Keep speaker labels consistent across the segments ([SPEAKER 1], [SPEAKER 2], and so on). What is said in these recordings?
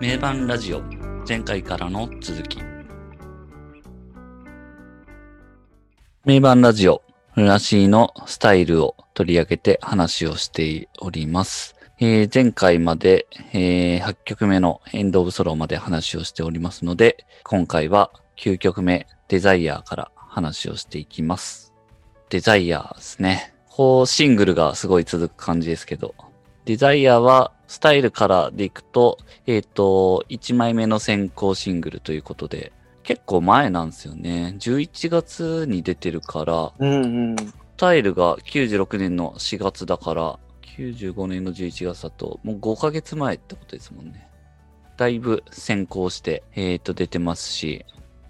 [SPEAKER 1] 名盤ラジオ前回からの続き名盤ラジオルナシーのスタイルを取り上げて話をしております、えー前回まで、えー8曲目のエンド・オブ・ソロまで話をしておりますので今回は9曲目デザイアーから話をしていきますデザイアーですねこうシングルがすごい続く感じですけどデザイアはスタイルからでいくと、えっ、と、1枚目の先行シングルということで、結構前なんですよね。11月に出てるから、
[SPEAKER 2] うんうん。
[SPEAKER 1] スタイルが96年の4月だから、95年の11月だと、もう5ヶ月前ってことですもんね。だいぶ先行して、えっ、と、出てますし。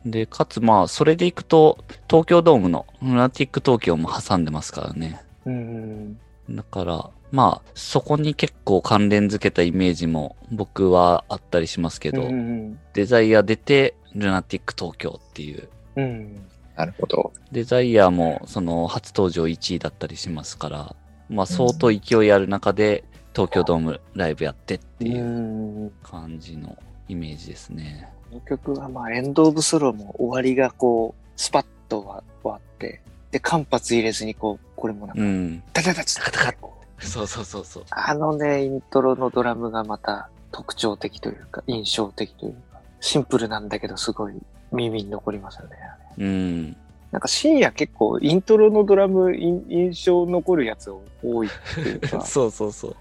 [SPEAKER 1] で、かつまあ、それでいくと、東京ドームのルナティック東京も挟んでますからね。
[SPEAKER 2] うん
[SPEAKER 1] だから、まあ、そこに結構関連づけたイメージも僕はあったりしますけ
[SPEAKER 2] うん。
[SPEAKER 1] ど、
[SPEAKER 2] うん
[SPEAKER 1] デザイア出て、ルナティック東京っていう、
[SPEAKER 2] うん。うん。
[SPEAKER 3] なるほど。
[SPEAKER 1] デザイアもその初登場1位だったりしますから、まあ相当勢いある中で東京ドームライブやってっていう
[SPEAKER 2] うん
[SPEAKER 1] 感じのイメージですね。
[SPEAKER 2] この曲はまあ、エンド・オブ・ソロも終わりがこう、スパッと終わって、で、間髪入れずにこう、これもなん
[SPEAKER 1] う
[SPEAKER 2] か、
[SPEAKER 1] ん。
[SPEAKER 2] タタタチタタタ
[SPEAKER 1] そうそうそうそう。
[SPEAKER 2] あのね、イントロのドラムがまた特徴的というか、印象的というか、シンプルなんだけど、すごい耳に残りますよね。
[SPEAKER 1] うん。
[SPEAKER 2] なんか深夜結構イントロのドラムイン印象残るやつ多いっていうか、
[SPEAKER 1] そうそうそう。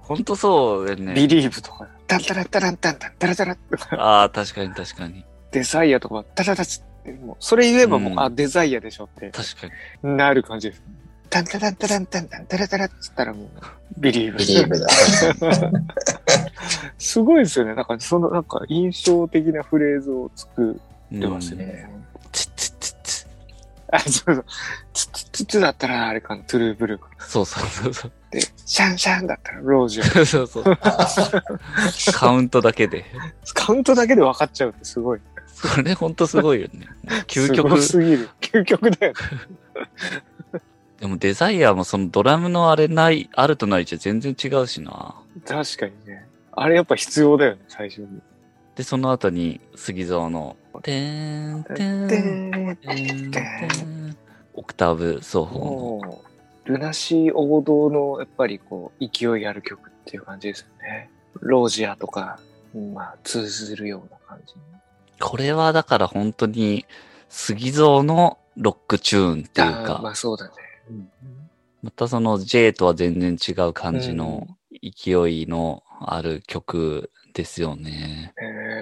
[SPEAKER 1] ほんとそうだよ
[SPEAKER 2] ビ
[SPEAKER 1] ね。
[SPEAKER 2] リーブとか、タンタラッタランタンタンタラタラッとか、
[SPEAKER 1] ああ、確かに確かに。
[SPEAKER 2] デザイアとか、タタタチって、もうそれ言えばもう、
[SPEAKER 1] うん
[SPEAKER 2] あ、デザイアでしょって
[SPEAKER 1] 確かに。
[SPEAKER 2] なる感じです。タンタランタランタンタンタラタラっつったらもう、ビリーブ。
[SPEAKER 3] ビリーブだ。
[SPEAKER 2] すごいですよね。なんかそのなんか印象的なフレーズを作ってます
[SPEAKER 1] うん
[SPEAKER 2] ね。
[SPEAKER 1] チッチッチッチッ
[SPEAKER 2] あ、そうそう。ツツツツだったらあれかな、トゥルーブルーか。
[SPEAKER 1] そうそうそうそう。
[SPEAKER 2] で、シャンシャンだったらロージュ。
[SPEAKER 1] そう そう。カウントだけで。
[SPEAKER 2] カウントだけで分かっちゃうってすごい。
[SPEAKER 1] それほんとすごいよね。究極。
[SPEAKER 2] すごすぎる。究極だよね。
[SPEAKER 1] でもデザイアもそのドラムのあれない、あるとないじゃ全然違うしな。
[SPEAKER 2] 確かにね。あれやっぱ必要だよね、最初に。
[SPEAKER 1] で、その後に杉蔵の、てーん、てーん、てーん、てーん、オクターブ奏法
[SPEAKER 2] もう、ルナシー王道の、やっぱりこう、勢いある曲っていう感じですよね。ロージアとか、まあ、通ずるような感じ。
[SPEAKER 1] の。これはだから本当に杉蔵のロックチューンっていう
[SPEAKER 2] あーま
[SPEAKER 1] か、
[SPEAKER 2] あそうだね。
[SPEAKER 1] またその J とは全然違う感じ
[SPEAKER 2] う
[SPEAKER 1] の
[SPEAKER 2] ん
[SPEAKER 1] 勢いのある曲ですよね。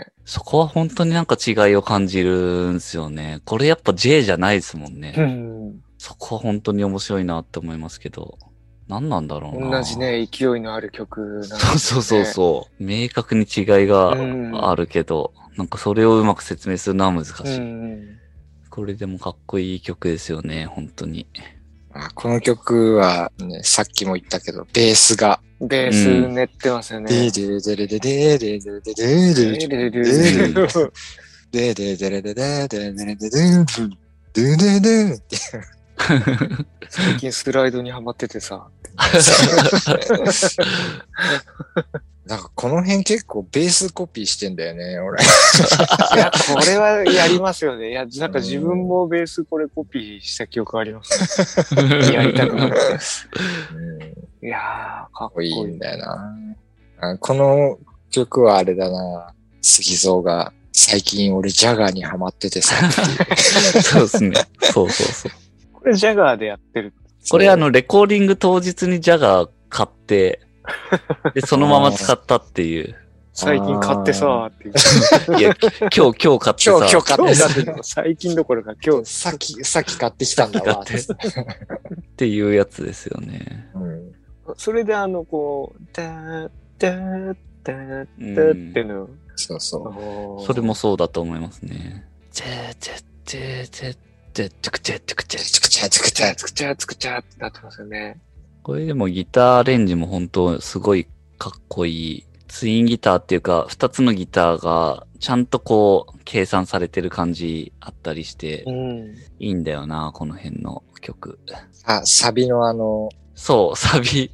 [SPEAKER 2] え
[SPEAKER 1] そこは本当になんか違いを感じるんですよね。これやっぱ J じゃないですもん
[SPEAKER 2] ー
[SPEAKER 1] ね。
[SPEAKER 2] うん、
[SPEAKER 1] そこは本当に面白いなって思いますけど。何なんだろうな。
[SPEAKER 2] 同じ。ね、勢いのある曲なん
[SPEAKER 1] そうそうそうそう。明確に違いがあるけど、なんかそれをうまく説明するのは難し
[SPEAKER 2] う
[SPEAKER 1] い。
[SPEAKER 2] ん。
[SPEAKER 1] これでもかっこいい曲ですよね、本当に。
[SPEAKER 3] あこの曲は、ね、さっきも言ったけど、ベースが、
[SPEAKER 2] ベース練ってますよね。
[SPEAKER 3] デーデレデレデレデレデレデ
[SPEAKER 2] ルル
[SPEAKER 3] レデレ
[SPEAKER 2] ルル
[SPEAKER 3] ル
[SPEAKER 2] ル
[SPEAKER 3] デレデレデレデレデレデレデレデレデレデレデレデレって
[SPEAKER 2] 最近スライドにハマっててさ。
[SPEAKER 3] なんかこの辺結構ベースコピーしてんだよね、俺。
[SPEAKER 2] いや、これはやりますよね。いや、なんか自分もベースこれコピーした記憶あります、やりたくなる。
[SPEAKER 3] うん
[SPEAKER 2] いやー、かっ
[SPEAKER 3] かっ
[SPEAKER 2] こ
[SPEAKER 3] こ
[SPEAKER 2] い
[SPEAKER 3] い
[SPEAKER 2] い。
[SPEAKER 3] いんだよな。あこの曲はあれだな。杉蔵が最近俺ジャガーにハマっててさ。
[SPEAKER 1] そうですね。そうそうそう。
[SPEAKER 2] これジャガーでやってる。
[SPEAKER 1] これあの、レコーディング当日にジャガー買って、で、そのまま使ったっていう。
[SPEAKER 2] 最近買ってさーっていう。
[SPEAKER 1] いや、今日、今日買ってさ。
[SPEAKER 3] 今日今日買
[SPEAKER 2] 今
[SPEAKER 3] って
[SPEAKER 2] 日
[SPEAKER 3] さ
[SPEAKER 2] だっての最近どころか今日。
[SPEAKER 3] さっき、さっき買ってきたんだわ。
[SPEAKER 1] 買っていうやつですよね。
[SPEAKER 3] うん
[SPEAKER 2] それであの、こう、ダー、ダー、ダー、
[SPEAKER 1] う
[SPEAKER 2] ダー
[SPEAKER 1] ん
[SPEAKER 2] って、の。
[SPEAKER 3] そうそう。
[SPEAKER 1] それも。そうだと思いますね。チェチェチェチェチェチェチェチェチェ
[SPEAKER 3] チクチャチクチャ
[SPEAKER 2] つくちゃつくちゃってなってますよね。
[SPEAKER 1] これでもギターアレンジも本当すごいかっこいい。ツインギターっていうか、二つのギターがちゃんとこう計算されてる感じあったりして
[SPEAKER 2] う、ん。
[SPEAKER 1] いいんだよな、この辺の曲。
[SPEAKER 3] あ、サビのあの、
[SPEAKER 1] そう、サビ、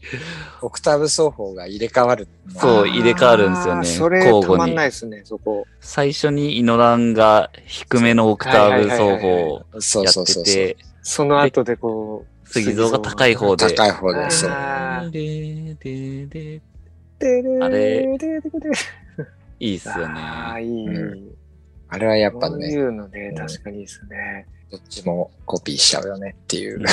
[SPEAKER 3] オクターブ奏法が入れ替わる。
[SPEAKER 1] そう入れ替わるんですよね
[SPEAKER 2] あーそれ
[SPEAKER 1] 交
[SPEAKER 2] た
[SPEAKER 1] 互に
[SPEAKER 2] まんないですね、そこ。
[SPEAKER 1] 最初にイノランが低めのオクターブ
[SPEAKER 2] はい
[SPEAKER 1] 奏
[SPEAKER 2] はいはいはい
[SPEAKER 1] 法を
[SPEAKER 3] そう
[SPEAKER 1] や
[SPEAKER 3] そ
[SPEAKER 1] っ
[SPEAKER 3] う
[SPEAKER 1] て
[SPEAKER 3] そうそう。
[SPEAKER 1] て、
[SPEAKER 2] その後でこう。
[SPEAKER 1] 杉蔵が高い方で。
[SPEAKER 3] 高い方
[SPEAKER 2] あ
[SPEAKER 3] で、そう。
[SPEAKER 2] ー
[SPEAKER 1] ででで
[SPEAKER 2] あ
[SPEAKER 1] あれ
[SPEAKER 2] で
[SPEAKER 1] いいっすよ
[SPEAKER 2] ああ、
[SPEAKER 1] ね。。
[SPEAKER 2] いい。
[SPEAKER 3] うあれはやっぱ
[SPEAKER 2] そう
[SPEAKER 3] ね、
[SPEAKER 2] いうのね
[SPEAKER 3] う、ん
[SPEAKER 2] 確かにいいですね。
[SPEAKER 3] どっちもコピーしちゃうよねっていううん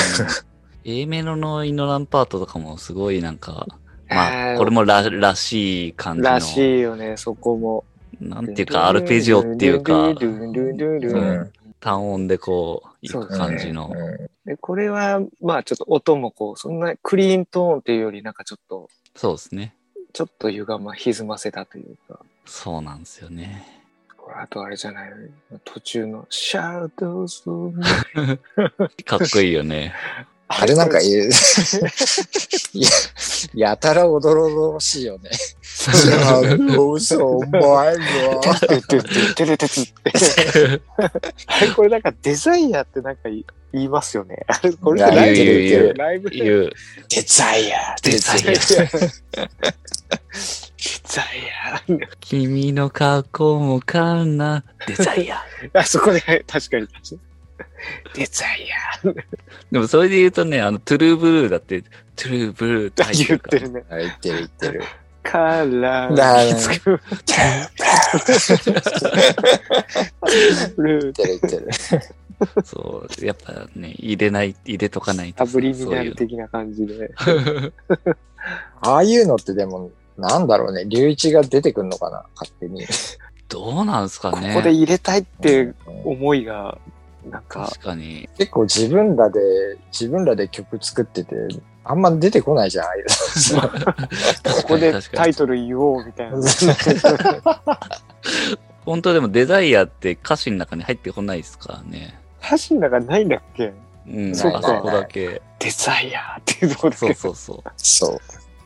[SPEAKER 1] A メロのイノランパートとかもすごいなん か、
[SPEAKER 2] あ
[SPEAKER 1] ま
[SPEAKER 2] ー
[SPEAKER 1] あ、これもららしい感じ
[SPEAKER 2] ら
[SPEAKER 1] の、
[SPEAKER 2] しいよね、そこも。
[SPEAKER 1] なんていうか、アルペジオっていうか、
[SPEAKER 2] ルンルンルンルンルンル
[SPEAKER 1] う
[SPEAKER 2] ンルン
[SPEAKER 1] ん単音でこう、いく感じの
[SPEAKER 3] う。ん
[SPEAKER 2] で、これは、まあちょっと音もこう、そんなクリーントーンっていうより、なんかちょっと、
[SPEAKER 1] そうですね。
[SPEAKER 2] ちょっと歪ま、歪ませたというか。
[SPEAKER 1] そうなんですよね。
[SPEAKER 2] これあとあれじゃない、途中のシャウトス
[SPEAKER 1] かっこいいよね。
[SPEAKER 3] あれなんか、えいや、 やたらおどろおどろしいよね。いやどうしよう、お前
[SPEAKER 2] て
[SPEAKER 3] が。
[SPEAKER 2] ってってっててててって。あれこれなんかデザイアってなんかい言いますよね。あれこれ
[SPEAKER 3] いや
[SPEAKER 2] ライブ
[SPEAKER 1] 言う
[SPEAKER 2] で
[SPEAKER 1] 言う
[SPEAKER 2] ライブで
[SPEAKER 1] い。う、
[SPEAKER 3] デザイア
[SPEAKER 1] デザイア
[SPEAKER 2] デザイア。デザイ
[SPEAKER 1] 君の過去もかな、デザイア。
[SPEAKER 2] ア。あそこで確かに確かに。デザイ
[SPEAKER 1] でもそれで言うとね、あの、トゥルーブルーだって、トゥルーブルーって
[SPEAKER 2] ア。
[SPEAKER 1] 入ってる
[SPEAKER 2] 言っ
[SPEAKER 1] か
[SPEAKER 2] て
[SPEAKER 1] ら。
[SPEAKER 2] るね。
[SPEAKER 3] あ言ってる言ってる。
[SPEAKER 2] カラー。
[SPEAKER 3] だ
[SPEAKER 2] きつくルー。
[SPEAKER 3] 言ってる言ってる。
[SPEAKER 1] そう、やっぱね、入れない、入れとかない
[SPEAKER 2] ア
[SPEAKER 1] とさ。
[SPEAKER 2] ブリミ
[SPEAKER 1] そう
[SPEAKER 2] ナ
[SPEAKER 1] い
[SPEAKER 2] ル
[SPEAKER 1] う
[SPEAKER 2] 的な感じで。
[SPEAKER 1] の
[SPEAKER 3] ああいうのってでも、なんだろうね、龍一が出てくんのかな、勝手に。
[SPEAKER 1] どうなんすか
[SPEAKER 2] こ
[SPEAKER 1] ね。
[SPEAKER 2] こで入れたいって
[SPEAKER 3] うん
[SPEAKER 2] 思いが、なんか、
[SPEAKER 1] 確かに。
[SPEAKER 3] 結構自分らで、自分らで曲作ってて、あんま出てこないじゃん、ああいう
[SPEAKER 2] ここで
[SPEAKER 1] 確か
[SPEAKER 2] タイ
[SPEAKER 1] に。
[SPEAKER 2] トル言おうみたいな。
[SPEAKER 1] 本当でもデザイアって歌詞の中に入ってこないですからね。
[SPEAKER 2] 歌詞の中ないんだっけ
[SPEAKER 1] うん、
[SPEAKER 2] そっか
[SPEAKER 1] あそこだけ。
[SPEAKER 2] デザイアーっていうところ
[SPEAKER 1] そう
[SPEAKER 2] で。
[SPEAKER 1] そうそう。
[SPEAKER 3] そう。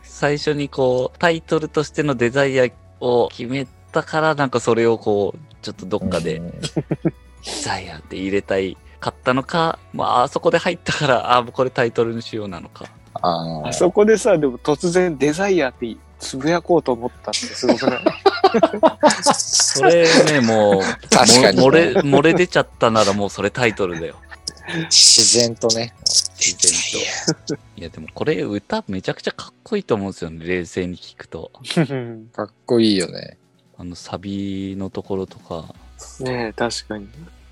[SPEAKER 1] 最初にこう、タイトルとしてのデザイアを決めたから、なんかそれをこう、ちょっとどっかで
[SPEAKER 3] うん。
[SPEAKER 1] デザイアって入れたいかったのか、まあ、あそこで入ったから、ああ、もうこれタイトルにしようなのか。
[SPEAKER 3] ああ
[SPEAKER 2] あ、そこでさ、でも突然デザイアーってつぶやこうと思ったってすごく ない
[SPEAKER 1] それね、 もう、
[SPEAKER 3] 確かに
[SPEAKER 1] も漏れ、漏れ出ちゃったならもうそれタイトルだよ。
[SPEAKER 3] 自然とね。
[SPEAKER 1] 自然と。 いや、でもこれ歌めちゃくちゃかっこいいと思うんですよね、冷静に聞くと。
[SPEAKER 2] うん
[SPEAKER 3] かっこいいよね。
[SPEAKER 1] あの、サビのところと か。
[SPEAKER 2] ねえ、確かに。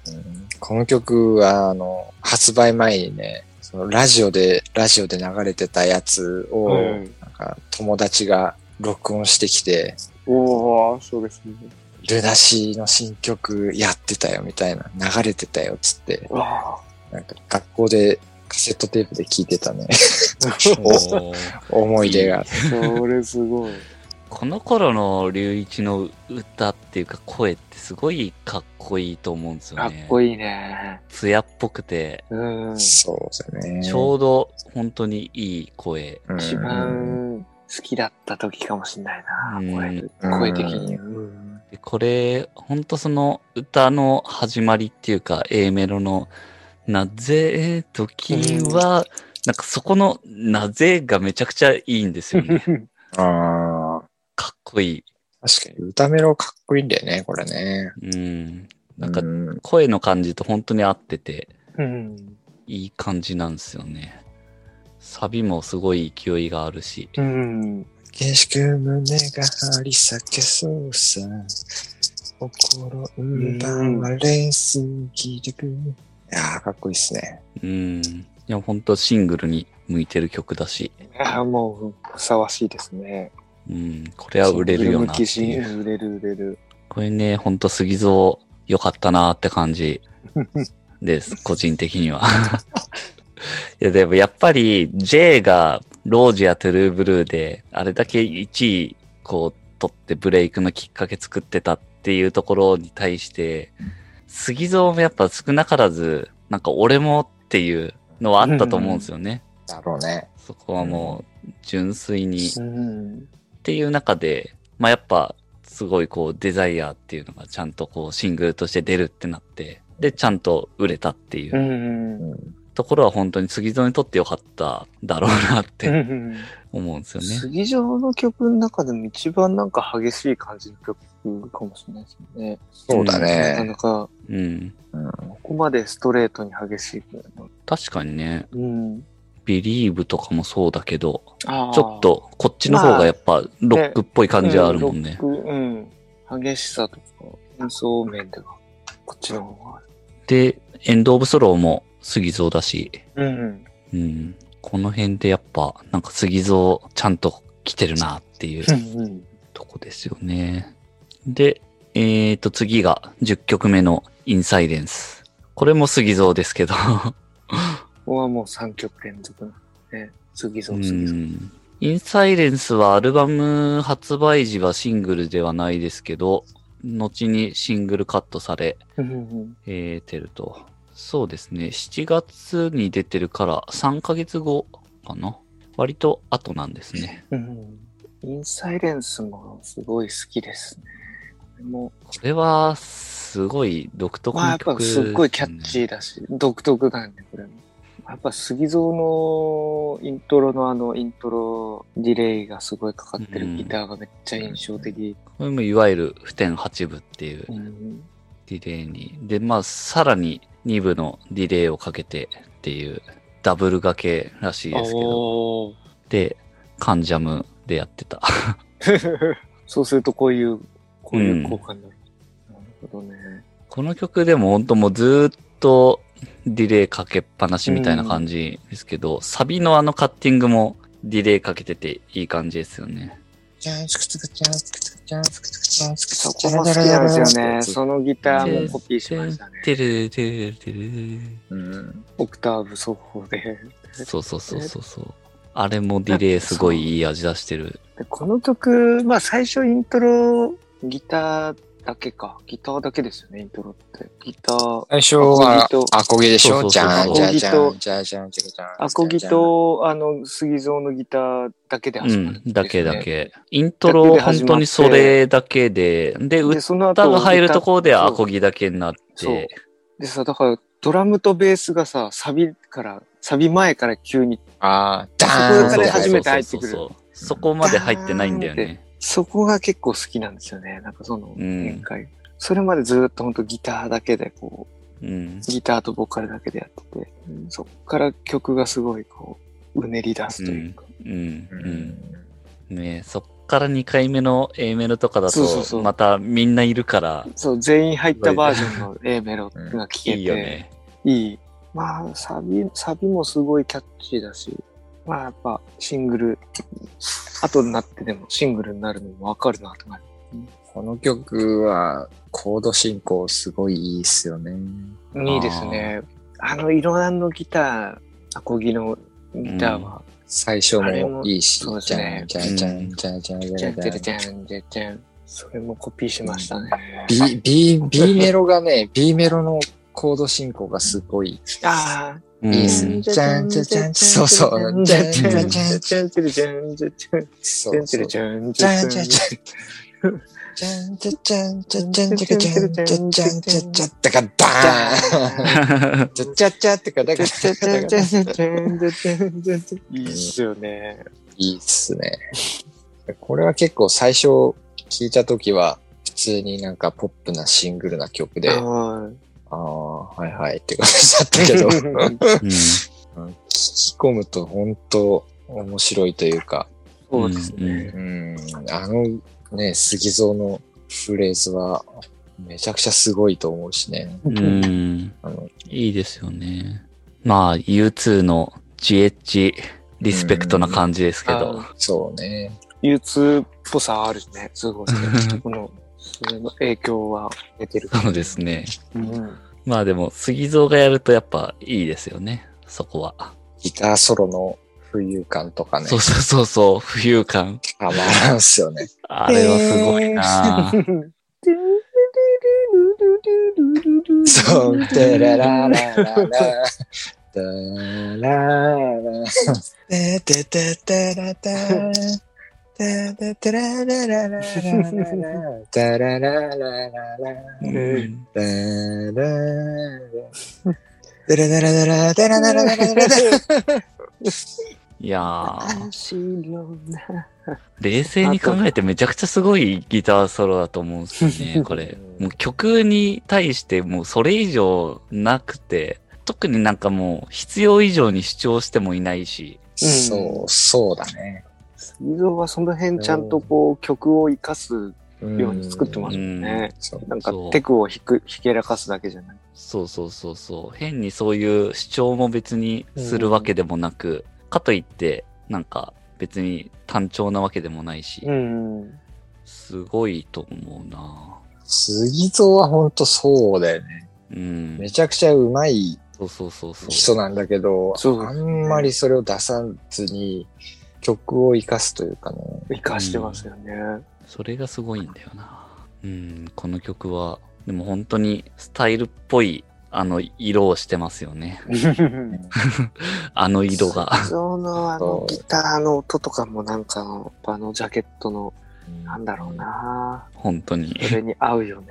[SPEAKER 3] うんこの曲は、あの、発売前にね、そのラジオで、ラジオで流れてたやつを、
[SPEAKER 2] うん
[SPEAKER 3] なんか友達が録音してきて、
[SPEAKER 2] おおそうですね。
[SPEAKER 3] ルナシーの新曲やってたよみたいな、流れてたよっつって、
[SPEAKER 2] わ
[SPEAKER 3] なんか学校でカセットテープで聞いてたね、
[SPEAKER 1] もう
[SPEAKER 3] 思い出が。
[SPEAKER 2] あ、それすごい。
[SPEAKER 1] この頃の龍一の歌っていうか声ってすごいかっこいいと思うんです
[SPEAKER 2] か
[SPEAKER 1] よ
[SPEAKER 2] っ
[SPEAKER 1] ね。
[SPEAKER 2] こいいね。
[SPEAKER 1] 艶っぽくて、
[SPEAKER 2] うん。一
[SPEAKER 3] そうだね。
[SPEAKER 1] ちょうど本当にいい声。
[SPEAKER 3] うん
[SPEAKER 2] 番好きだった時かもしんないな、
[SPEAKER 1] うん
[SPEAKER 2] 声声的に。
[SPEAKER 1] でこれ、ほんとその歌の始まりっていうか、A メロの、なぜ時は、なんかそこの、なぜがめちゃくちゃいいんですよね。
[SPEAKER 3] ああ、
[SPEAKER 1] かっこい
[SPEAKER 3] 確かに歌メロかっこいいんだよね、これね。
[SPEAKER 1] い。うん。なんか
[SPEAKER 3] う、
[SPEAKER 1] 声の感じと本当に合ってて、
[SPEAKER 2] うん。
[SPEAKER 1] いい感じなんですよね。サビもすごい勢いがあるし。
[SPEAKER 2] うん。
[SPEAKER 3] 景色胸が張り裂けそうさ。心奪われすぎる。いやー、かっこいいっすね。
[SPEAKER 1] うん。いや、ほんとシングルに向いてる曲だし、
[SPEAKER 2] ああ、もう、ふさわしいですね。
[SPEAKER 1] うん。これは売れるよなって
[SPEAKER 2] シング
[SPEAKER 1] い
[SPEAKER 2] ル
[SPEAKER 1] う
[SPEAKER 2] 向きシングル売れる売れる。
[SPEAKER 1] これね、ほんと杉蔵良かったなーって感じ です、個人的には。いや、でもやっぱり J がロージやトゥルーブルーで、あれだけ1位こう取ってブレイクのきっかけ作ってたっていうところに対して、杉蔵もやっぱ少なからず、なんか俺もっていうのはあったと思うんですよね。
[SPEAKER 3] だろうね。
[SPEAKER 1] そこはもう純粋に。
[SPEAKER 2] うん。
[SPEAKER 1] っていう中で、まあ、やっぱすごいこうデザイアっていうのがちゃんとこうシングルとして出るってなって、で、ちゃんと売れたっていうう。
[SPEAKER 2] ん。
[SPEAKER 3] うん
[SPEAKER 1] ところは本当に杉蔵にとってよかっただろうなっ
[SPEAKER 2] うん
[SPEAKER 1] て
[SPEAKER 2] うん
[SPEAKER 1] 思うんですよね。
[SPEAKER 2] 杉上の曲の中でも一番なんか激しい感じの曲かもしれないですよね。
[SPEAKER 3] そうだ
[SPEAKER 2] なか
[SPEAKER 3] ね。
[SPEAKER 2] なか、
[SPEAKER 1] うん。
[SPEAKER 2] ここまでストレートに激しい曲だな。
[SPEAKER 1] 確かにね、
[SPEAKER 2] うん。
[SPEAKER 1] ビリーブとかもそうだけど、
[SPEAKER 2] あー
[SPEAKER 1] ちょっとこっちの方がやっぱロックっぽい感じはあるもんね。
[SPEAKER 2] うんロックうん。激しさとか、演奏面では、こっちの方が。
[SPEAKER 1] で、エンド・オブ・ソローも杉蔵だし、
[SPEAKER 2] うんうん。
[SPEAKER 1] うん。この辺でやっぱなんか杉蔵ちゃんと来てるなっていう
[SPEAKER 2] うん
[SPEAKER 1] とこですよね。で、えーと、次が10曲目のインサイデンス。これも杉蔵ですけど。
[SPEAKER 2] ここはもう3曲連続なんでね。杉
[SPEAKER 1] う
[SPEAKER 2] 蔵、杉蔵。
[SPEAKER 1] ん。インサイレンスはアルバム発売時はシングルではないですけど、後にシングルカットされ、
[SPEAKER 2] うんうん
[SPEAKER 1] えー、てると。そうですね。7月に出てるから3ヶ月後かな。割と後なんですね。
[SPEAKER 2] うんうんインサイレンスもすごい好きですね。これも
[SPEAKER 1] これは、すごい独特
[SPEAKER 2] まあや
[SPEAKER 1] な
[SPEAKER 2] っ
[SPEAKER 1] 曲
[SPEAKER 2] ぱ
[SPEAKER 1] です、
[SPEAKER 2] す
[SPEAKER 1] ね。
[SPEAKER 2] っごいキャッチーだし、独特なんで、これも。やっぱ杉蔵のイントロのあのイントロディレイがすごいかかって
[SPEAKER 1] う
[SPEAKER 2] る
[SPEAKER 1] ん
[SPEAKER 2] ギターがめっちゃ印象的。
[SPEAKER 1] これもいわゆる不点8部っていう
[SPEAKER 2] うん
[SPEAKER 1] ディレイに。で、まあ、さらに2部のディレイをかけてっていうダブル掛けらしいですけど。
[SPEAKER 2] おー
[SPEAKER 1] で、カンジャムでやってた。
[SPEAKER 2] そうするとこういう、こういう
[SPEAKER 1] うん
[SPEAKER 2] 効果になる。なるほどね。
[SPEAKER 1] この曲でも本当もうずーっとディレイかけっぱなしみたいな感じですけど、サビのあのカッティングもディレイかけてていい感じですよね。
[SPEAKER 3] チャンスクツクチャンスクツクチャンスクツクチャンスク
[SPEAKER 2] そこも好きなんですよね。そのギターもコピーしましたね。
[SPEAKER 1] てるてるてる。
[SPEAKER 3] うん。
[SPEAKER 2] オクターブ奏法で。
[SPEAKER 1] そうそうそうそうそう。あれもディレイすごいいい味出してる。
[SPEAKER 2] でこの曲、まあ最初イントロ、ギターだけか。ギターだけですよね、イントロって。ギター、
[SPEAKER 3] 最初は
[SPEAKER 2] アコギと、
[SPEAKER 3] アコギでし
[SPEAKER 1] そ
[SPEAKER 3] ょ
[SPEAKER 1] う
[SPEAKER 3] じ
[SPEAKER 1] そうそう
[SPEAKER 3] ゃんじゃんじ
[SPEAKER 2] アコ
[SPEAKER 3] ゃ
[SPEAKER 2] ギ
[SPEAKER 3] んじゃんじゃんじゃんじゃん。
[SPEAKER 2] アコギと、あの、杉蔵のギターだけで
[SPEAKER 1] う
[SPEAKER 2] 始まる
[SPEAKER 1] ん
[SPEAKER 2] んです、ね、
[SPEAKER 1] だけだけ。イントロ本当にそれだけで、で、
[SPEAKER 2] で、
[SPEAKER 1] 歌
[SPEAKER 2] その
[SPEAKER 1] が入るところではアコ
[SPEAKER 2] ギ。
[SPEAKER 1] ギだけになっ
[SPEAKER 2] そう
[SPEAKER 1] て、
[SPEAKER 2] でさ、だから、ドラムとベースがさ、サビから、サビ前から急に、
[SPEAKER 3] ああ、ダ
[SPEAKER 2] そ
[SPEAKER 3] ー
[SPEAKER 2] こ
[SPEAKER 3] ン
[SPEAKER 2] から初めて
[SPEAKER 1] そ
[SPEAKER 2] 入
[SPEAKER 1] う
[SPEAKER 2] っ
[SPEAKER 1] そ
[SPEAKER 2] て
[SPEAKER 1] う
[SPEAKER 2] くる
[SPEAKER 1] そうそうそこまで入ってないんだよ
[SPEAKER 2] ダーン
[SPEAKER 1] ね。
[SPEAKER 2] そこが結構好きなんですよね。なんかその
[SPEAKER 1] うん
[SPEAKER 2] 展開。それまでずっと本当ギターだけでこ
[SPEAKER 1] うん
[SPEAKER 2] う、ギターとボーカルだけでやってて、そっから曲がすごいこう、うねり出すというか。
[SPEAKER 1] うん
[SPEAKER 3] う
[SPEAKER 1] うん
[SPEAKER 3] ん。
[SPEAKER 1] ねえそっから2回目の A メロとかだ
[SPEAKER 2] そうそう
[SPEAKER 1] と
[SPEAKER 2] そう
[SPEAKER 1] またみんないるから
[SPEAKER 2] そう、全員入ったバージョンの A メロが聴
[SPEAKER 1] い
[SPEAKER 2] けて、
[SPEAKER 1] いよね。
[SPEAKER 2] いいまあ、サビ、サビもすごいキャッチーだし、まあやっぱシングル、後になってでもシングルになるのもわかるなとなる。
[SPEAKER 3] この曲はコード進行すごいいいっすよね。
[SPEAKER 2] いいですね。あの、色あのギター、アコギのギターは、
[SPEAKER 3] 最初もいいし
[SPEAKER 2] あれも、そ
[SPEAKER 3] じ
[SPEAKER 2] うです
[SPEAKER 3] ゃ
[SPEAKER 2] ね
[SPEAKER 3] んじゃんじゃんじゃんじゃんじ
[SPEAKER 2] じ
[SPEAKER 3] ゃ
[SPEAKER 2] ゃ
[SPEAKER 3] ん
[SPEAKER 2] ん
[SPEAKER 3] じ
[SPEAKER 2] じ
[SPEAKER 3] ゃ
[SPEAKER 2] ゃ
[SPEAKER 3] ん
[SPEAKER 2] ん
[SPEAKER 3] じ
[SPEAKER 2] じ
[SPEAKER 3] ゃ
[SPEAKER 2] ゃ
[SPEAKER 3] ん。
[SPEAKER 2] んじゃんじゃん。それもコピーしましたね。
[SPEAKER 3] B、B、B メロがね、B メロのコード進行がすごい
[SPEAKER 2] ああ、
[SPEAKER 1] い
[SPEAKER 3] いいっすね。じゃんじゃんじゃん。そうそう。じゃんじゃんじゃん。
[SPEAKER 2] じゃんじゃんじゃんじゃんじゃん
[SPEAKER 3] そうそ
[SPEAKER 2] じゃん
[SPEAKER 3] う。
[SPEAKER 2] じ
[SPEAKER 3] じ
[SPEAKER 2] ゃん
[SPEAKER 3] ゃん
[SPEAKER 2] じ
[SPEAKER 3] じ
[SPEAKER 2] ゃ
[SPEAKER 3] ゃ
[SPEAKER 2] んじ
[SPEAKER 3] んじ
[SPEAKER 2] ゃん。
[SPEAKER 3] ゃん。じゃんじゃじゃんじゃじゃんじゃじゃんじゃじゃんじゃじゃじゃだからバーンじゃじゃじゃってかだからだからだから
[SPEAKER 2] いいっすよね。
[SPEAKER 3] いいっすね。これは結構最初聞いた時は普通になんかポップなシングルな曲で、ああはいはいって感じだったけど、聞
[SPEAKER 1] うん
[SPEAKER 3] き込むと本当面白いというか、
[SPEAKER 2] そうですね。
[SPEAKER 3] うん、あのね、杉蔵のフレーズはめちゃくちゃすごいと思うしね。
[SPEAKER 1] うん
[SPEAKER 3] あの
[SPEAKER 1] いいですよね。まあ U2 の GH リスペクトな感じですけ
[SPEAKER 2] うん
[SPEAKER 1] ど
[SPEAKER 2] あ。
[SPEAKER 3] そうね。
[SPEAKER 2] U2 っぽさあるね。すごい。この、それの影響は出てる。
[SPEAKER 1] そうですね。
[SPEAKER 2] うん。
[SPEAKER 1] まあでも杉蔵がやるとやっぱいいですよね。そこは。
[SPEAKER 3] ギターソロの浮遊感とかね
[SPEAKER 1] そ、うそうそうそう。浮遊感。
[SPEAKER 3] たまらんっすよね。
[SPEAKER 1] あれはすごいなぁ。
[SPEAKER 3] そう、てららららら、たらら、ててててらた、てててららららら、たららららら、
[SPEAKER 1] うん
[SPEAKER 3] たらら、ダラダラダラダラダラダラダラ
[SPEAKER 1] いやー、
[SPEAKER 2] 走ろうな
[SPEAKER 1] 冷静に考えてめちゃくちゃすごいギターソロだと思うんですよね、これ。もう曲に対してもうそれ以上なくて、特になんかもう必要以上に主張してもいないし、
[SPEAKER 3] そう、そうだね。
[SPEAKER 2] 水蔵はその辺ちゃんとこう曲を生かすように作ってますよね。
[SPEAKER 3] そう
[SPEAKER 2] なんか
[SPEAKER 1] そう
[SPEAKER 2] テクをひくひけらかすだけじゃない。
[SPEAKER 1] そうそうそうそう。変にそういう主張も別にするわけでもなく、かといって、なんか別に単調なわけでもないし、
[SPEAKER 2] ん。
[SPEAKER 1] すごいと思うな
[SPEAKER 3] 杉蔵はほんとそうだよね。
[SPEAKER 1] うん。
[SPEAKER 3] めちゃくちゃうまい
[SPEAKER 1] そうそうそうそう。
[SPEAKER 3] 人なんだけど、
[SPEAKER 2] そう
[SPEAKER 3] あんまりそれを出さずに曲を生かすというかね。
[SPEAKER 2] 生かしてますよね。
[SPEAKER 1] それがすごいんだよな。うん、この曲は、でも本当にスタイルっぽい、あの、色をしてますよね。あの色が。
[SPEAKER 2] そのあのギターの音とかもなんかのあのジャケットのなんだろう。な
[SPEAKER 1] 本当に。
[SPEAKER 2] それに合うよね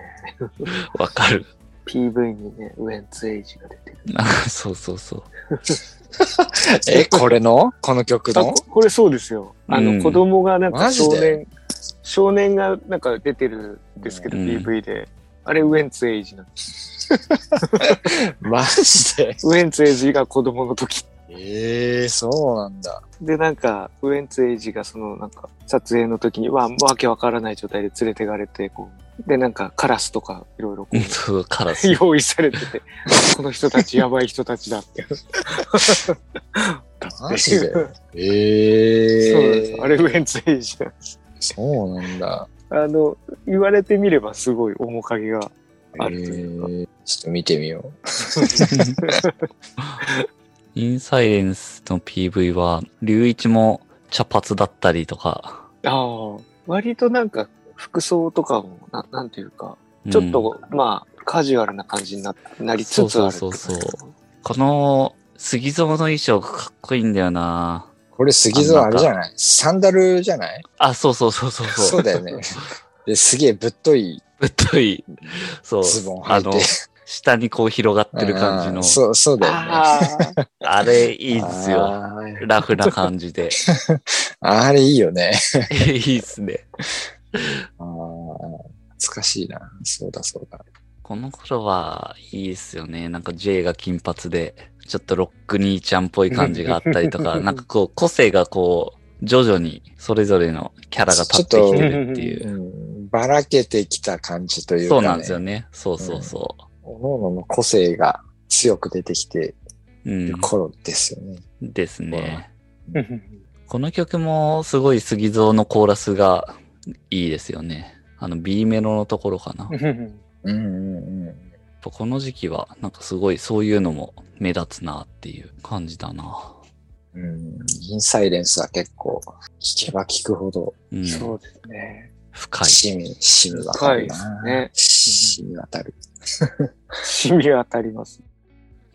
[SPEAKER 1] わか る。
[SPEAKER 2] PV にねウエンツエイジが出てる
[SPEAKER 1] なんかそうそうそう。
[SPEAKER 3] え、これのこの曲
[SPEAKER 2] あ
[SPEAKER 3] の
[SPEAKER 2] これそうですよあの、
[SPEAKER 1] うん
[SPEAKER 2] 子供がなんか
[SPEAKER 3] マジ
[SPEAKER 2] 少
[SPEAKER 3] で
[SPEAKER 2] 年少年がなんか出てるんですけど、
[SPEAKER 1] うん
[SPEAKER 2] PV であれウエンツエイジなんです
[SPEAKER 3] マ ジで
[SPEAKER 2] ウエンツエイジが子供の時
[SPEAKER 3] ええそうなんだ。
[SPEAKER 2] でなんかウエンツエイジがそのなんか撮影の時にわわけわからない状態で連れてかれてこうでなんかカラスとかいろいろこう
[SPEAKER 1] うんそう、カラス。
[SPEAKER 2] 用意されてて、この人たちやばい人たちだって。
[SPEAKER 3] マジで
[SPEAKER 2] そう
[SPEAKER 3] ええ
[SPEAKER 2] です。あれ、ウエンツエイジなんです。
[SPEAKER 3] そうなんだ。
[SPEAKER 2] あの、言われてみればすごい面影が。あるというか
[SPEAKER 3] えーちょっと見てみよう。
[SPEAKER 1] インサイレンスの PV は、龍一も茶髪だったりとか。
[SPEAKER 2] ああ、割となんか服装とかも、ななんていうか、
[SPEAKER 1] うん
[SPEAKER 2] ちょっと、まあ、カジュアルな感じにななりつつある。
[SPEAKER 1] そうそうそうこの、杉蔵の衣装かっこいいんだよな
[SPEAKER 3] これ、杉蔵あれじゃないサンダルじゃない
[SPEAKER 1] あ、そうそうそうそうそう。
[SPEAKER 3] そうだよ ね。ですげえぶっとい
[SPEAKER 1] ぶっとい、そう。
[SPEAKER 3] ズボン
[SPEAKER 1] あ
[SPEAKER 3] 履いて
[SPEAKER 1] の、下にこう広がってる感じ
[SPEAKER 3] う
[SPEAKER 1] の
[SPEAKER 3] ん。そう、そうだよね。
[SPEAKER 2] ああ、
[SPEAKER 1] あれ、いいっすよ。
[SPEAKER 3] あー
[SPEAKER 1] ラフな感じ で。
[SPEAKER 3] あれいいよね。
[SPEAKER 1] いいっすね。
[SPEAKER 3] あー懐かしいな。そうだそうだ。
[SPEAKER 1] この頃は、いいっすよね。なんか J が金髪で、ちょっとロック兄ちゃんっぽい感じがあったりとか、なんかこう、個性がこう、徐々にそれぞれのキャラが立ってきてるっていうう。
[SPEAKER 3] ん、ばらけてきた感じというか、
[SPEAKER 1] そ
[SPEAKER 3] ね。
[SPEAKER 1] うなんですよね。そうそうそ
[SPEAKER 3] 各々の個性が強く出てきて
[SPEAKER 1] う。うん
[SPEAKER 3] る。頃ですよね。
[SPEAKER 1] ですね。
[SPEAKER 2] う
[SPEAKER 1] この曲もすごい杉蔵のコーラスがいいですよね。あの B メロのところかな。やっ
[SPEAKER 2] ん
[SPEAKER 3] うんうんうん。
[SPEAKER 1] ぱこの時期はなんかすごいそういうのも目立つなっていう感じだな。
[SPEAKER 3] うん、インサイレンスは結構聞けば聞くほど
[SPEAKER 1] うん、
[SPEAKER 2] そうですね。
[SPEAKER 1] 深い。
[SPEAKER 3] 染み、染み渡る
[SPEAKER 2] 深
[SPEAKER 3] な。
[SPEAKER 2] い
[SPEAKER 3] 染み渡る。
[SPEAKER 2] 染み当たります。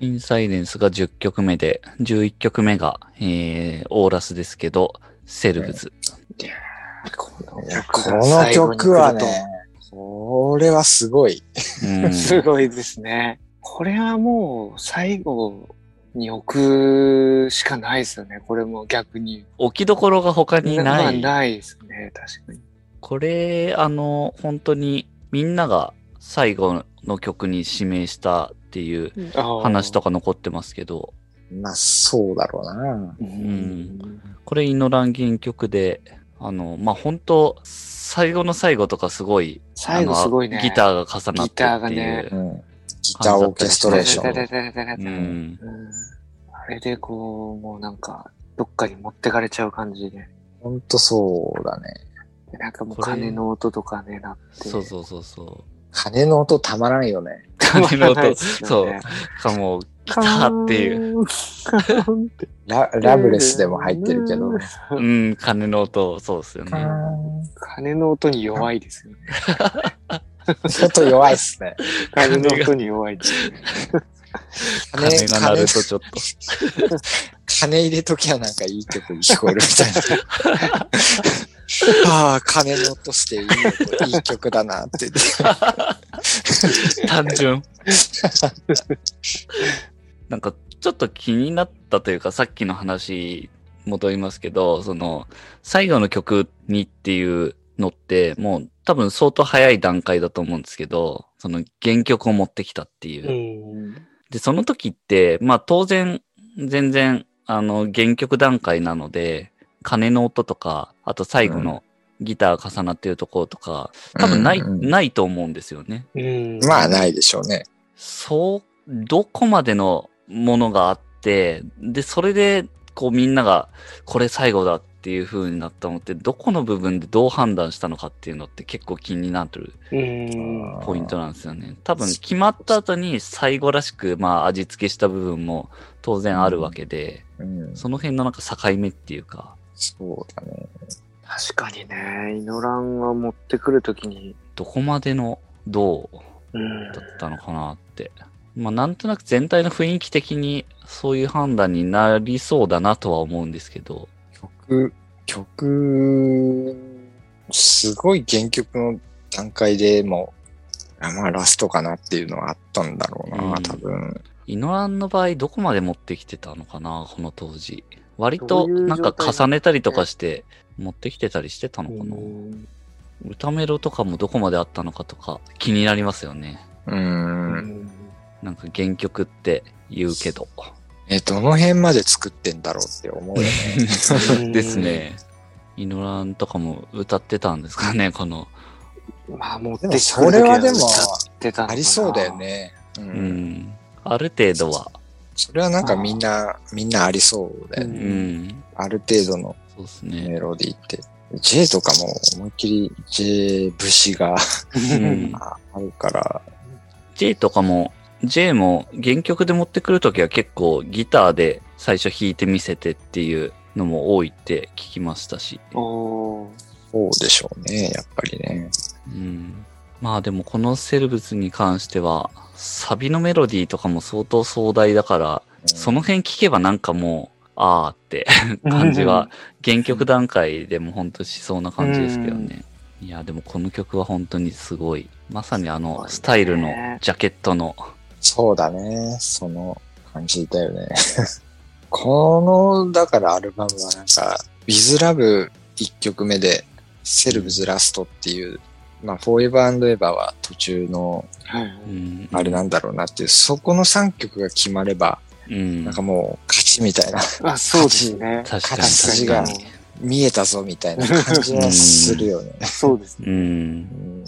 [SPEAKER 1] インサイレンスが10曲目で、11曲目が、えー、オーラスですけど、セルフズ。
[SPEAKER 2] こ
[SPEAKER 3] いやこの曲はね、これはすごい。
[SPEAKER 1] うん、
[SPEAKER 2] すごいですね。これはもう最後に置くしかないですよね。これも逆に。
[SPEAKER 1] 置きどころが他に
[SPEAKER 2] ま
[SPEAKER 1] な
[SPEAKER 2] あ
[SPEAKER 1] い。
[SPEAKER 2] ないですね。確かに。
[SPEAKER 1] これ、あの、本当にみんなが最後の曲に指名したっていう話と
[SPEAKER 2] か。
[SPEAKER 1] か残ってますけど、
[SPEAKER 3] まあ、そうだろうな。
[SPEAKER 2] うん
[SPEAKER 1] んこれ、イノラン原曲で、あの、まあ、本当最後の最後とかすごい、
[SPEAKER 2] 最後
[SPEAKER 1] あの
[SPEAKER 2] すごいね。
[SPEAKER 1] ギターが重なってっていう。
[SPEAKER 2] ギ
[SPEAKER 3] うん。ギターオーケストレーショ
[SPEAKER 2] ダ
[SPEAKER 3] ン。
[SPEAKER 2] ダダダダダダ
[SPEAKER 1] うん。
[SPEAKER 2] うんあれでこう、もうなんか、どっかに持ってかれちゃう感じで。
[SPEAKER 3] ほんとそうだね。
[SPEAKER 2] でなんかもう
[SPEAKER 1] これ
[SPEAKER 2] 鐘の音とかね、なって。
[SPEAKER 1] そうそうそうそう。
[SPEAKER 3] 鐘の音たまらんよね。
[SPEAKER 1] 鐘の音、そ
[SPEAKER 2] そう
[SPEAKER 1] う。。かも、ギターっていう。
[SPEAKER 2] う。カーンって
[SPEAKER 3] ララブレスでも入ってるけど。
[SPEAKER 1] うん、鐘の音、そうですよね。
[SPEAKER 2] 鐘の音に弱いですよね。
[SPEAKER 3] ちょっと弱いっすね。
[SPEAKER 2] 鐘の音に弱いですね。
[SPEAKER 1] 鐘が鳴るとちょっと。
[SPEAKER 3] 金入れときゃなんかいい曲に聞こえるみたいな。ああ、金の音していい音いい曲だなって言って。
[SPEAKER 1] 単純。なんかちょっと気になったというか、さっきの話戻りますけど、その、最後の曲にっていうのって、もう多分相当早い段階だと思うんですけど、その原曲を持ってきたっていう。
[SPEAKER 2] うん。
[SPEAKER 1] で、その時って、まあ当然、全然、あの、原曲段階なので、鐘の音とか、あと最後のギター重なってるところとか、多分ない、
[SPEAKER 3] うんうん
[SPEAKER 1] ないと思うんですよね。
[SPEAKER 2] うん。
[SPEAKER 3] まあ、ないでしょうね。
[SPEAKER 1] そう、どこまでのものがあって、で、それで、こうみんなが、これ最後だっていう風になったのって、どこの部分でどう判断したのかっていうのって結構気になってる
[SPEAKER 2] うん。
[SPEAKER 1] ポイントなんですよね。多分決まった後に最後らしく、まあ味付けした部分も当然あるわけで、
[SPEAKER 3] うん、
[SPEAKER 1] その辺のなんか境目っていうか、
[SPEAKER 3] そうだね。
[SPEAKER 2] 確かにね、イノランは持ってくるときに、
[SPEAKER 1] どこまでのどう
[SPEAKER 2] うん
[SPEAKER 1] だったのかなって。まあなんとなく全体の雰囲気的にそういう判断になりそうだなとは思うんですけど、
[SPEAKER 3] 曲、曲、すごい原曲の段階でもう、あまあラストかなっていうのはあったんだろう
[SPEAKER 1] う
[SPEAKER 3] な、
[SPEAKER 1] ん
[SPEAKER 3] 多分。
[SPEAKER 1] イノランの場合どこまで持ってきてたのかなこの当時。割
[SPEAKER 2] ど
[SPEAKER 1] と
[SPEAKER 2] ういう
[SPEAKER 1] なんか
[SPEAKER 2] 状態だった
[SPEAKER 1] 重ねたりとかして持ってきてたりしてたのかな歌メロとかもどこまであったのかとか気になりますよね。
[SPEAKER 3] うん。
[SPEAKER 2] うん
[SPEAKER 1] なんか原曲って言うけど。
[SPEAKER 3] え、どの辺まで作ってんだろうって思うよね。
[SPEAKER 1] です。ね。イノランとかも歌ってたんですかねこの。
[SPEAKER 2] まあ、持って
[SPEAKER 3] で
[SPEAKER 2] く
[SPEAKER 3] も、
[SPEAKER 2] る
[SPEAKER 3] それはでも
[SPEAKER 2] 時、は歌ってたのかな
[SPEAKER 3] ありそうだよ。ね。うん。
[SPEAKER 1] うん。ある程度は。
[SPEAKER 3] それはなんかみんな、みんなありそうだよ
[SPEAKER 1] う
[SPEAKER 3] ね。
[SPEAKER 1] ん。
[SPEAKER 3] ある程度の
[SPEAKER 1] そうですね。
[SPEAKER 3] メロディーって。J とかも思いっきり J 節が
[SPEAKER 1] うん
[SPEAKER 3] あるから、
[SPEAKER 1] J とかも、J も原曲で持ってくるときは結構ギターで最初弾いてみせてっていうのも多いって聞きましたし。
[SPEAKER 2] おー
[SPEAKER 3] そうでしょうね、やっぱりね。
[SPEAKER 1] うん。まあでもこのセルブスに関しては、サビのメロディーとかも相当壮大だから、その辺聞けばなんかもう、あーって感じは、原曲段階でも本当しそうな感じですけどね。いや、でもこの曲は本当にすごい。まさにあ
[SPEAKER 2] そう
[SPEAKER 1] の、
[SPEAKER 2] ですね
[SPEAKER 1] スタイルのジャケットの、
[SPEAKER 3] そうだね。その感じだよね。 この、だからアルバムはなんか、With Love 1曲目で、セルブズラストっていう、まあ、Forever and Ever は途中の、
[SPEAKER 2] は
[SPEAKER 1] う
[SPEAKER 2] い。
[SPEAKER 1] ん
[SPEAKER 3] あれなんだろうなっていう、そこの3曲が決まれば、
[SPEAKER 1] うん。
[SPEAKER 3] なんかもう勝ちみたいな、
[SPEAKER 2] あ、そうですね。
[SPEAKER 1] 確かに
[SPEAKER 3] 勝ち
[SPEAKER 1] 確
[SPEAKER 3] 筋
[SPEAKER 1] か
[SPEAKER 3] が
[SPEAKER 1] に。
[SPEAKER 3] 見えたぞ みたいな感じがするよね。
[SPEAKER 2] そうですね。
[SPEAKER 1] うん。
[SPEAKER 3] うん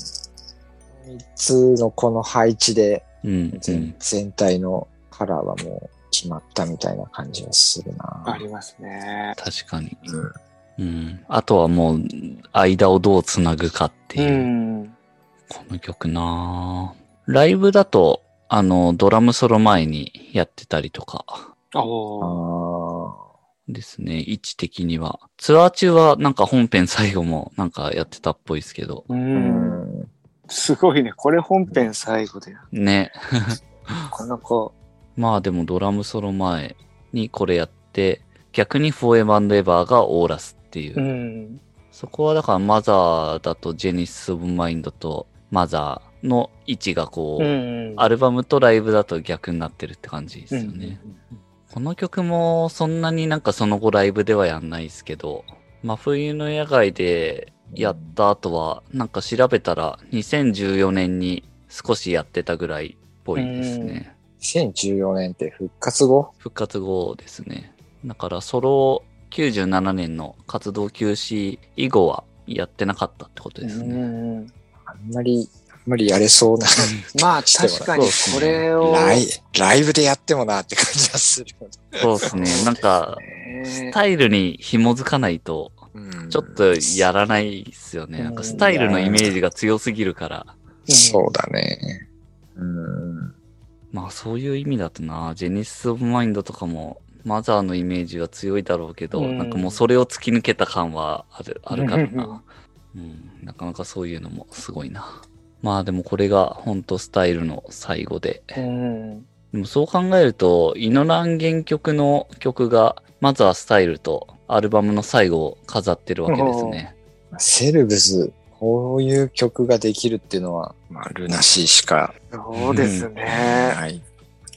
[SPEAKER 3] 3つのこの配置で
[SPEAKER 1] うん。う
[SPEAKER 3] 全
[SPEAKER 1] ん
[SPEAKER 3] 全体のカラーはもう決まったみたいな感じがするな。
[SPEAKER 2] ありますね。
[SPEAKER 1] 確かに。
[SPEAKER 3] うん
[SPEAKER 1] うん。あとはもう、間をどうつなぐかって
[SPEAKER 2] う
[SPEAKER 1] いう。
[SPEAKER 2] ん。
[SPEAKER 1] この曲なぁライブだと、あの、ドラムソロ前にやってたりとか
[SPEAKER 2] おー
[SPEAKER 3] あ
[SPEAKER 1] ですね。位置的には。ツアー中はなんか本編最後もなんかやってたっぽいですけど。
[SPEAKER 2] う。
[SPEAKER 3] ーうんん。
[SPEAKER 2] すごいね。これ本編最後で、な
[SPEAKER 1] ね。
[SPEAKER 2] かなか。
[SPEAKER 1] まあでもドラムソロ前にこれやって、逆にフォーエバーエバーがオーラスっていう。
[SPEAKER 2] ん。
[SPEAKER 1] そこはだからマザーだとジェニス・オブ・マインドとマザーの位置がこう、
[SPEAKER 2] うん。
[SPEAKER 1] アルバムとライブだと逆になってるって感じですよね。この曲もそんなになんかその後ライブではやんないですけど、真冬の野外でやった後は、なんか調べたら2014年に少しやってたぐらいっぽいですね。
[SPEAKER 3] 2014年って復活後
[SPEAKER 1] 復活後ですね。だからソロ97年の活動休止以後はやってなかったってこと
[SPEAKER 2] う
[SPEAKER 1] ですね。
[SPEAKER 2] ん。
[SPEAKER 3] あんまり、あんまりやれそうな。
[SPEAKER 2] まあ、確かにこれを。
[SPEAKER 3] ライライブでやってもなって感じがするよね。
[SPEAKER 1] そうですね。なんか、ス
[SPEAKER 2] ね
[SPEAKER 1] タイルに紐づかないと、
[SPEAKER 3] うん
[SPEAKER 1] ちょっとやらないですよね。なんかスタイルのイメージが強すぎるから。
[SPEAKER 3] そうだね。うん。
[SPEAKER 1] まあそういう意味だとな、ジェネシス・オブ・マインドとかも、マザーのイメージは強いだろうけど、
[SPEAKER 2] うん
[SPEAKER 1] なんかもうそれを突き抜けた感はあるあるからな、
[SPEAKER 2] う
[SPEAKER 1] うん。なかなかそういうのもすごいな。まあでもこれが本当スタイルの最後で。
[SPEAKER 2] ん。
[SPEAKER 1] でもそう考えると、イノラン原曲の曲が、マザースタイルとアルバムの最後を飾ってるわけですね。
[SPEAKER 3] セルブズ、こういう曲ができるっていうのは、まあ、ルナシーしか
[SPEAKER 2] そうですね。
[SPEAKER 3] ない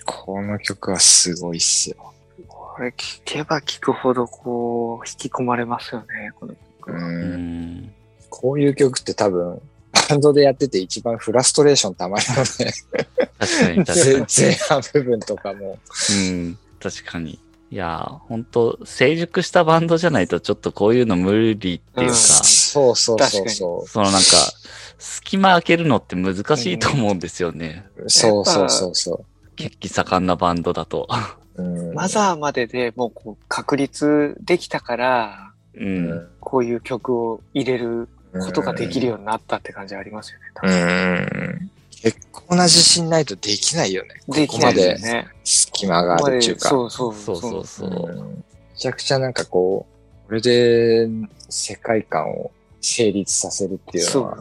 [SPEAKER 3] この曲はすごいっすよ。
[SPEAKER 2] これ聞けば聞くほどこう、引き込まれますよね、この曲
[SPEAKER 3] う。
[SPEAKER 2] は。
[SPEAKER 1] うんん。
[SPEAKER 3] こういう曲って多分、バンドでやってて一番フラストレーションたまるので、
[SPEAKER 1] 確かに確か に。
[SPEAKER 3] 前半部分とかも。
[SPEAKER 1] うん、確かに。いやー、本当成熟したバンドじゃないと、ちょっとこういうの無理っていうか、
[SPEAKER 2] うん
[SPEAKER 3] そうそうそうそ
[SPEAKER 1] そのなんか、隙間開けるのって難しいと思うんですよね。
[SPEAKER 3] う。そうそうそうそ
[SPEAKER 1] 血気盛んなバンドだと。
[SPEAKER 3] う。うん
[SPEAKER 2] マザーまででもうこう、確立できたから、
[SPEAKER 1] う。
[SPEAKER 3] うんん
[SPEAKER 2] こういう曲を入れることができるようになったって感じありますよね。多
[SPEAKER 3] う
[SPEAKER 2] 分
[SPEAKER 3] ん。結構な自信ないとできないよね。
[SPEAKER 2] できないですよね。
[SPEAKER 3] 隙間があるっていうか。
[SPEAKER 2] そうそう
[SPEAKER 1] そうそうそう。
[SPEAKER 3] んめちゃくちゃなんかこう、これで世界観を成立させるっていうのは、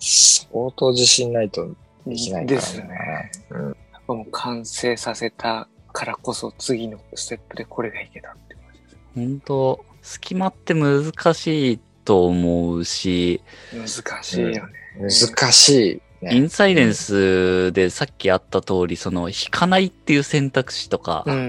[SPEAKER 3] 相当自信ないとできないから
[SPEAKER 2] ですよね。
[SPEAKER 3] ね。
[SPEAKER 2] やっぱもう完成させたからこそ次のステップでこれがいけたって感じで
[SPEAKER 1] 本当隙間って難しいと思うし、
[SPEAKER 2] す。難しいよね。
[SPEAKER 3] 難しい、
[SPEAKER 1] イ
[SPEAKER 3] ね
[SPEAKER 1] ンサイレンスでさっきあった通り、その、弾かないっていう選択肢とか、
[SPEAKER 2] うん。
[SPEAKER 3] う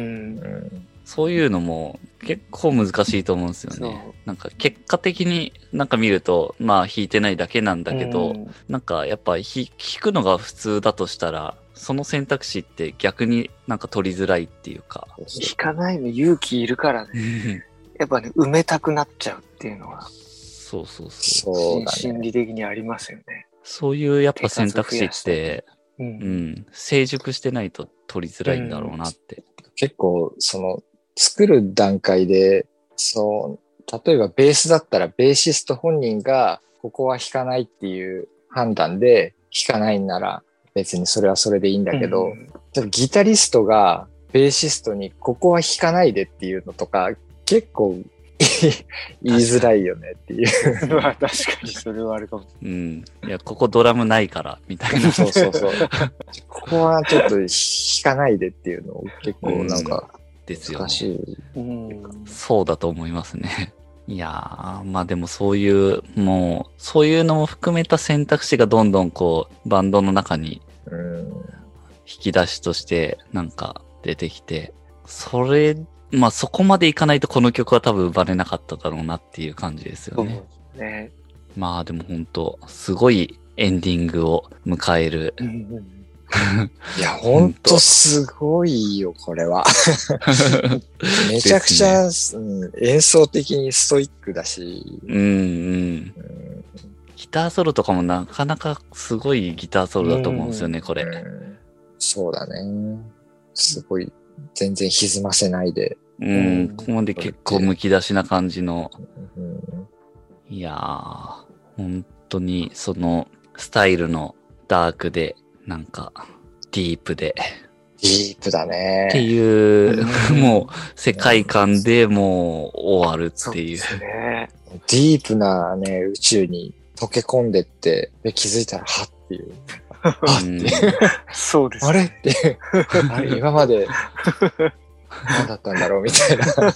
[SPEAKER 3] ん
[SPEAKER 1] そういうのも結構難しいと思うんですよ
[SPEAKER 2] そう
[SPEAKER 1] ね。なんか結果的になんか見ると、まあ弾いてないだけなんだけど、
[SPEAKER 2] うん
[SPEAKER 1] なんかやっぱひ弾くのが普通だとしたら、その選択肢って逆になんか取りづらいっていうか。
[SPEAKER 2] 弾かないの勇気いるからね。やっぱね、埋めたくなっちゃうっていうのは、
[SPEAKER 1] そうそうそう。
[SPEAKER 3] そうだね。
[SPEAKER 2] 心理的にありますよね。
[SPEAKER 1] そういうやっぱ選択肢って、
[SPEAKER 2] う。
[SPEAKER 1] うんん、成熟してないと取りづらいんだろうなって。
[SPEAKER 3] 結構、その、作る段階で、そう、例えばベースだったら、ベーシスト本人が、ここは弾かないっていう判断で、弾かないんなら、別にそれはそれでいいんだけど、
[SPEAKER 2] うん
[SPEAKER 3] 例えばギタリストがベーシストにここは弾かないでっていうのとか結構言いづらいよねっていう。
[SPEAKER 2] まあ確かにそれはあるかもし
[SPEAKER 1] うん。いや、ここドラムないから、みたいな。
[SPEAKER 3] そうそうそう。 ここはちょっと弾かないでっていうのを結構なんか
[SPEAKER 1] ですよ
[SPEAKER 3] 難
[SPEAKER 1] ね。
[SPEAKER 3] しい。
[SPEAKER 2] れない。うん。
[SPEAKER 1] そうだと思いますね。 いやー、まあでもそういう、もう、そういうのも含めた選択肢がどんどんこう、バンドの中に
[SPEAKER 3] うん
[SPEAKER 1] 引き出しとしてなんか出てきて、それ、まあそこまでいかないとこの曲は多分生まれなかっただろうなっていう感じです
[SPEAKER 2] そ
[SPEAKER 1] よ
[SPEAKER 2] う
[SPEAKER 1] ね。
[SPEAKER 2] ね。
[SPEAKER 1] まあでも本当すごいエンディングを迎える。
[SPEAKER 2] うん
[SPEAKER 3] いや、ほんとすごいよ、これ は。 めちゃくちゃ、うん演奏的にストイックだし、
[SPEAKER 1] うんうん。
[SPEAKER 3] うん
[SPEAKER 1] ギターソロとかもなかなかすごいギターソロだと思うんですよね、これ。
[SPEAKER 3] うんそうだね。すごい、全然歪ませないで。
[SPEAKER 1] うん、ここまで結構むき出しな感じの。
[SPEAKER 3] うん
[SPEAKER 1] いやー、本当にそのスタイルのダークで、なんかディープで、
[SPEAKER 3] ディープだ
[SPEAKER 1] って
[SPEAKER 3] ね。
[SPEAKER 1] いう、
[SPEAKER 2] うん
[SPEAKER 1] もう世界観でもう終わる
[SPEAKER 2] そ
[SPEAKER 1] っ
[SPEAKER 2] う
[SPEAKER 1] てい
[SPEAKER 2] で
[SPEAKER 1] う。
[SPEAKER 2] すね。
[SPEAKER 3] ディープなね、宇宙に溶け込んでって、で気づいたら、はっていう。あ
[SPEAKER 1] うん
[SPEAKER 2] そうですね。
[SPEAKER 3] あれって いう。あれ今まで、何だったんだろうみ たいな。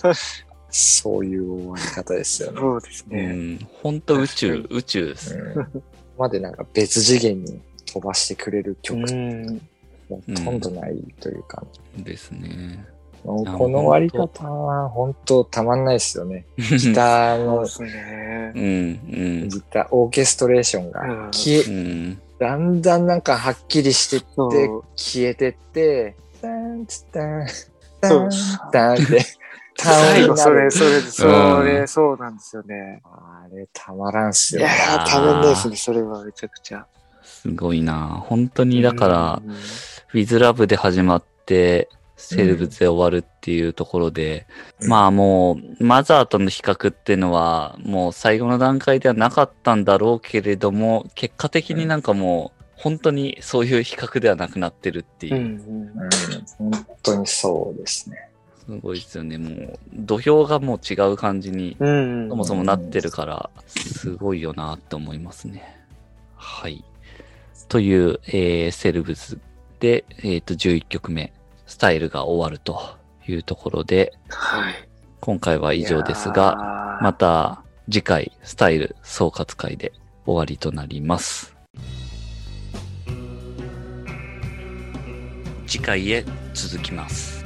[SPEAKER 3] そういう終わり方ですよね。
[SPEAKER 2] そうです
[SPEAKER 1] う
[SPEAKER 2] ね。
[SPEAKER 1] ん、本当宇宙
[SPEAKER 2] 確、
[SPEAKER 1] 宇宙です。
[SPEAKER 3] うん、ここまでなんか別次元に飛ばしてくれる曲、
[SPEAKER 2] うん。
[SPEAKER 3] ほとんどないというか、
[SPEAKER 1] ですね。
[SPEAKER 3] もう
[SPEAKER 1] あ
[SPEAKER 3] この終わり方は本当たまんないですよね。ギター
[SPEAKER 2] そう
[SPEAKER 3] の
[SPEAKER 2] で、すね
[SPEAKER 1] う。ん、うん
[SPEAKER 3] ギター、オーケストレーションが消え、
[SPEAKER 1] うん。
[SPEAKER 3] だんだんなんかはっきりしてっ
[SPEAKER 2] そう
[SPEAKER 3] て、消えてって、ダンツダン、ダ
[SPEAKER 2] そう
[SPEAKER 3] ンダンって、単
[SPEAKER 2] 最後
[SPEAKER 3] 音にな
[SPEAKER 2] それ、
[SPEAKER 3] る。
[SPEAKER 2] それ、それ、そうなんですよね。
[SPEAKER 3] あれ、たまらんっす
[SPEAKER 2] い
[SPEAKER 3] よ
[SPEAKER 2] や
[SPEAKER 3] ね。
[SPEAKER 2] ー、たまんないですね、それはめちゃくちゃ。
[SPEAKER 1] すごいな本当にだから、
[SPEAKER 2] うん、
[SPEAKER 1] With Love で始まって、セルブズで終わるっていうところで、
[SPEAKER 3] うん
[SPEAKER 1] まあもう、マザーとの比較っていうのは、もう最後の段階ではなかったんだろうけれども、結果的になんかもう、本当にそういう比較ではなくなってるっていうう。
[SPEAKER 2] ん
[SPEAKER 3] うん、本当にそうですね。
[SPEAKER 1] すごいですよね。もう、土俵がもう違う感じに、
[SPEAKER 2] うん。
[SPEAKER 1] そもそもなってるから、すごいよなって思いますね。はい。という、えーセルブズで、えっ、と、11曲目、スタイルが終わるというところで、
[SPEAKER 2] はい。
[SPEAKER 1] 今回は以上です
[SPEAKER 2] いや
[SPEAKER 1] が、
[SPEAKER 2] ー
[SPEAKER 1] また次回、スタイル総括会で終わりとなります。次回へ続きます。